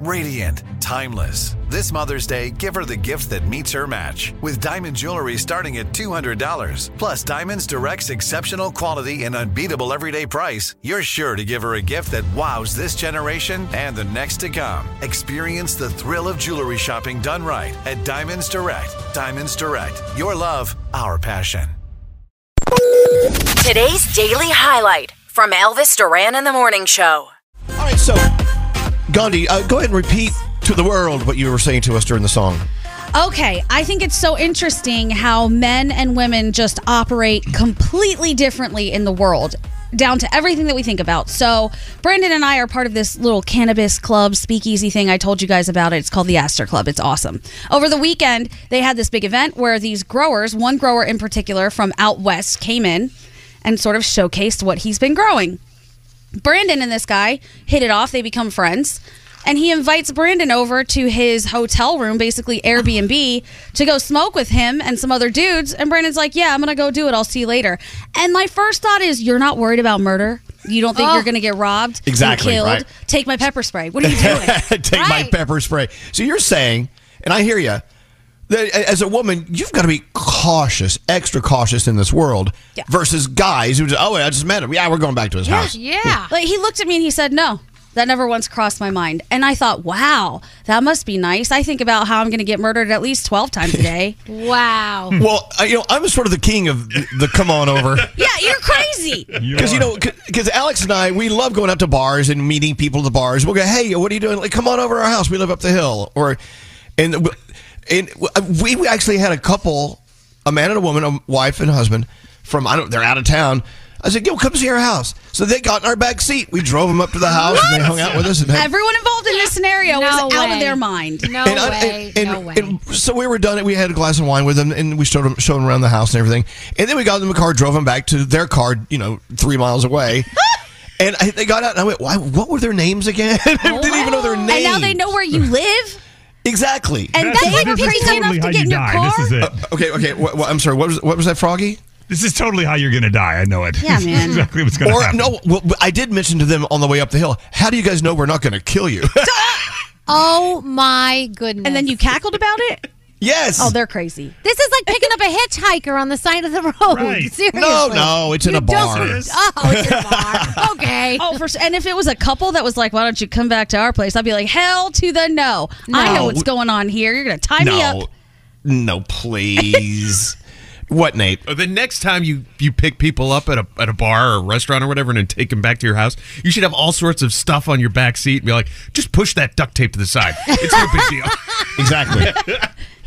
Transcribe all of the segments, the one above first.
radiant, timeless. This Mother's Day, give her the gift that meets her match with diamond jewelry starting at $200. Plus, Diamonds Direct's exceptional quality and unbeatable everyday price, you're sure to give her a gift that wows this generation and the next to come. Experience the thrill of jewelry shopping done right at Diamonds Direct. Diamonds Direct, your love, our passion. Today's daily highlight from Elvis Duran in the Morning Show. All right, so Gandhi, uh, go ahead and repeat to the world what you were saying to us during the song. Okay, I think it's so interesting how men and women just operate completely differently in the world. Down to everything that we think about. So, Brandon and I are part of this little cannabis club speakeasy thing. I told you guys about it. It's called the Astor Club. It's awesome. Over the weekend, they had this big event where these growers, one grower in particular from out west, came in and sort of showcased what he's been growing. Brandon and this guy hit it off. They become friends. And he invites Brandon over to his hotel room, basically Airbnb, to go smoke with him and some other dudes. And Brandon's like, Yeah, I'm going to go do it. I'll see you later. And my first thought is, You're not worried about murder. You don't think you're going to get robbed, be Oh. Exactly, killed. right. Take my pepper spray. What are you doing? Take my Right. pepper spray. So you're saying, and I hear you, that a- as a woman, you've got to be cautious, extra cautious in this world Yeah. versus guys who just, oh, I just met him. Yeah, we're going back to his house. Yeah. Like he looked at me and he said, "No, that never once crossed my mind." And I thought, "Wow, that must be nice." I think about how I'm going to get murdered at least twelve times a day. Wow. Well, I, you know, I'm sort of the king of the the come on over. yeah, you're crazy. Because you know, because Alex and I, we love going up to bars and meeting people at the bars. We'll go, hey, what are you doing? Like, come on over to our house. We live up the hill. Or, and w- and w- uh, we we actually had a couple, a man and a woman, a wife and husband from I don't, they're out of town. I said, yo, come see our house. So they got in our back seat. We drove them up to the house and they hung out with us. And had- Everyone involved in this scenario No was out way. of their mind. No and I- way. and- no and- way. and so we were done. We had a glass of wine with them, and we showed them, showed them around the house and everything. And then we got in the car, drove them back to their car, you know, three miles away. and I, they got out, and I went, "Why? What were their names again? I didn't even know their names. And now they know where you live. exactly. And that's, That's- like this is crazy totally how enough to you get in your die. car. This is it. okay, okay. wha- wha- I'm sorry. What was what was that, Froggy? This is totally how you're gonna die. I know it. Yeah, This is man. exactly what's gonna Or happen. no? Well, but I did mention to them on the way up the hill. How do you guys know we're not going to kill you? oh my goodness. And then you cackled about it. yes. Oh, they're crazy. This is like picking up a hitchhiker on the side of the road. Right. Seriously. no, no, it's in You a bar. don't- Oh, it's in a bar. Okay. Oh, for s- and if it was a couple that was like, "Why don't you come back to our place?" I'd be like, "Hell to the no! I know No. what's going on here. You're gonna tie me no, up." no, please. what, Nate? Uh, The next time you you pick people up at a at a bar or a restaurant or whatever, and then take them back to your house, you should have all sorts of stuff on your back seat and be like, just push that duct tape to the side. It's no big deal. Exactly.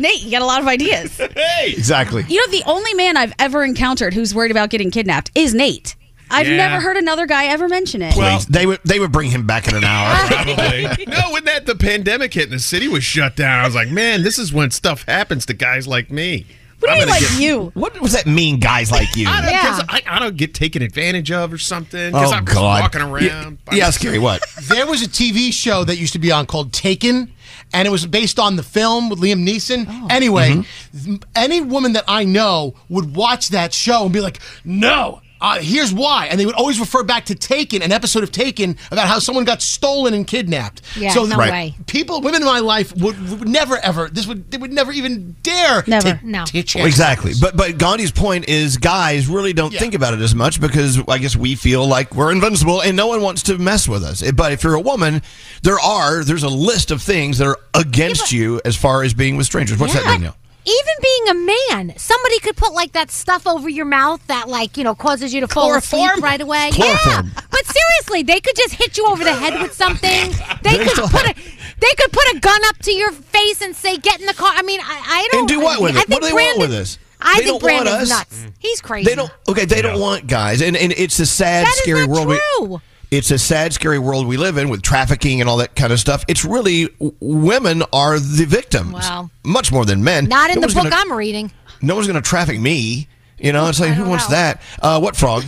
Nate, you got a lot of ideas. Exactly. You know, the only man I've ever encountered who's worried about getting kidnapped is Nate. I've Yeah. never heard another guy ever mention it. Well, they would they would bring him back in an hour. Probably. no, when that the pandemic hit and the city was shut down, I was like, man, this is when stuff happens to guys like me. what do you I'm mean, gonna like get- you? what was that mean? Guys like you. I don't, Yeah. 'cause I, I don't get taken advantage of or something because Oh, I'm just God. walking Y- around. by yeah, myself. scary. What? There was a TV show that used to be on called Taken, and it was based on the film with Liam Neeson. Oh. Anyway, Mm-hmm. th- any woman that I know would watch that show and be like, no. Uh, here's why, and they would always refer back to Taken, an episode of Taken, about how someone got stolen and kidnapped. Yeah, so no Right. way. people, women in my life would, would never ever. This would they would never even dare. Never. take, No. take chances. Exactly. But but Gandhi's point is guys really don't Yeah. think about it as much because I guess we feel like we're invincible and no one wants to mess with us. But if you're a woman, there are there's a list of things that are against you as far as being with strangers. What's that, Danielle? Even being a man, somebody could put like that stuff over your mouth that like, you know, causes you to fall asleep Chloroform? right away. Chloroform. Yeah. But seriously, they could just hit you over the head with something. They could put a they could put a gun up to your face and say, get in the car. I mean, I, I don't And do what with I it? think What do they want with Brandon- this? I They think don't want Brandon's us. nuts. He's crazy. They don't okay, they don't want guys. And and it's a sad, That is scary not world we true. it's a sad, scary world we live in with trafficking and all that kind of stuff. It's really w- women are the victims, Wow. much more than men. Not in No the one's book gonna- I'm reading. no one's going to traffic me. You know, it's like, who don't wants know. that? Uh, what frog?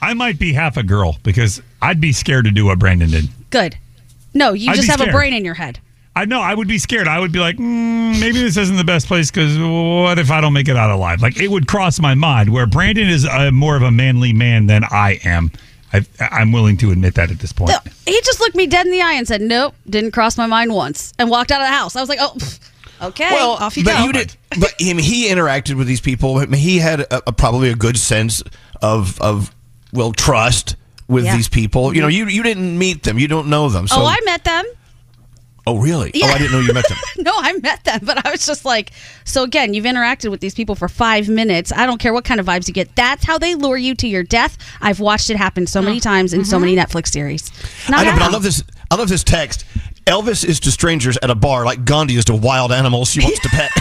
I might be half a girl because I'd be scared to do what Brandon did. Good. No, you I'd just be have a scared. brain in your head. I know I would be scared. I would be like, mm, maybe this isn't the best place because what if I don't make it out alive? Like it would cross my mind. Where Brandon is uh more of a manly man than I am. I, I'm willing to admit that at this point. He just looked me dead in the eye and said, "Nope, didn't cross my mind once," and walked out of the house. I was like, "Oh, pff, okay, off you but go." you did. But him, he interacted with these people. I mean, He had a, a, probably a good sense of of well trust with Yeah. these people. You know, you you didn't meet them. You don't know them. So, oh, I met them. Oh, really? Oh, I didn't know you met them. No, I met them, but I was just like, so again, you've interacted with these people for five minutes. I don't care what kind of vibes you get. That's how they lure you to your death. I've watched it happen so many times in so many Netflix series. Not I know, but I happening. love this. I love this text. Elvis is to strangers at a bar like Gandhi is to wild animals she wants to pet.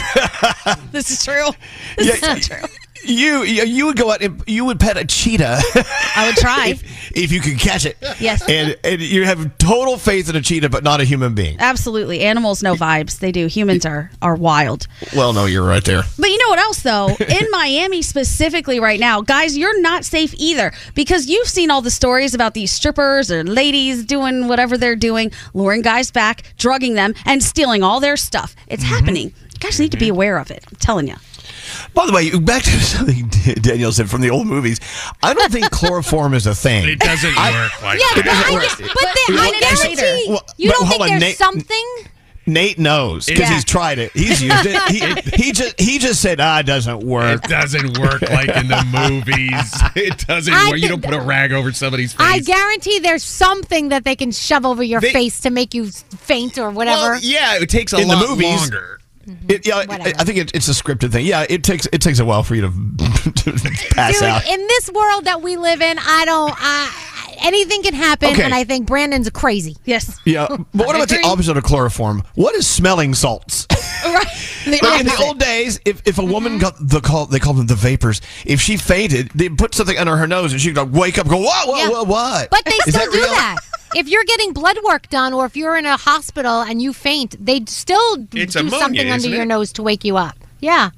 This is true. This is Yeah. so true. you you would go out and you would pet a cheetah. I would try. if you can catch it. Yes. And, and you have total faith in a cheetah, but not a human being. Absolutely. Animals no vibes. They do. Humans are are wild. Well, no, you're right there. But you know what else though? In Miami specifically right now, guys, you're not safe either because you've seen all the stories about these strippers or ladies doing whatever they're doing, luring guys back, drugging them, and stealing all their stuff. It's Mm-hmm. happening. You guys need to be aware of it. I'm telling you. By the way, back to something Daniel said from the old movies. I don't think chloroform is a thing. It doesn't work like that. Yeah, but I, work. just- but then, Well, I that's guarantee later. Well, you but don't think hold on, there's Nate- something. Nate knows because Yeah. he's tried it. He's used it. He, he just he just said, "Ah, it doesn't work." It doesn't work like in the movies. It doesn't I work. You don't think- put a rag over somebody's face. I guarantee there's something that they can shove over your They- face to make you faint or whatever. Well, yeah, it takes a In the lot movies- longer. It- yeah, I- Whatever. I think it, it's a scripted thing. Yeah, it takes it takes a while for you to, to pass Dude, out. in this world that we live in, I don't. I, anything can happen, Okay. and I think Brandon's crazy. Yes. Yeah, but what I about the agree. opposite of chloroform? What is smelling salts? Right. The Like in the opposite. old days, if, if a Mm-hmm. woman got the call, they called them the vapors. If she fainted, they put something under her nose and she'd like wake up, and go whoa, oh, whoa, Yeah. whoa, what? But they Is still do real? that. If you're getting blood work done, or if you're in a hospital and you faint, they still d- It's do ammonia, something under isn't your it? nose to wake you up. Yeah.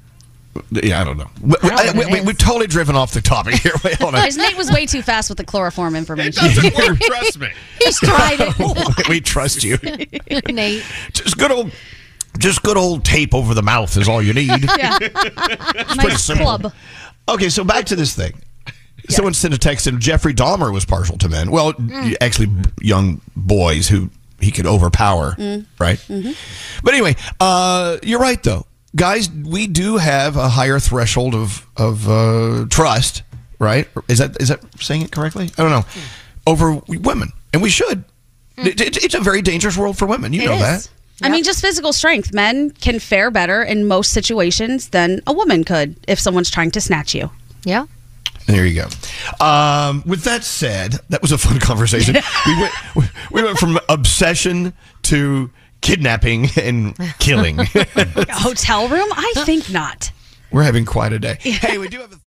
Yeah, I don't know. We, I don't know we, what it we, have is. totally driven off the topic here. Wait, hold on. Guys, Nate was way too fast with the chloroform It information. doesn't work. Trust me. He's tried it, we trust you. Nate. Just good old, just good old tape over the mouth is all you need. nice club. Okay, so back to this thing. Someone sent a text and Jeffrey Dahmer was partial to men. Well, Mm. actually, b- young boys who he could overpower, Mm. right? Mm-hmm. But anyway, uh, you're right though, guys. We do have a higher threshold of of uh, trust, right? Is that is that saying it correctly? I don't know. Mm. Over women, and we should. It, it- it's a very dangerous world for women. You It know is. that. I mean, just physical strength. Men can fare better in most situations than a woman could if someone's trying to snatch you. Yeah. There you go. Um, with that said, that was a fun conversation. we went we- we went from obsession to kidnapping and killing. A hotel room? I think not. We're having quite a day. Hey, we do have a